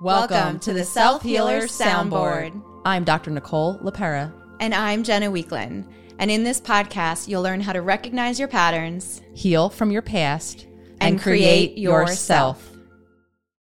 Welcome, to the Self Healer Soundboard. I'm Dr. Nicole LaPera. And I'm Jenna Weekland. And in this podcast, you'll learn how to recognize your patterns Heal from your past and, create yourself.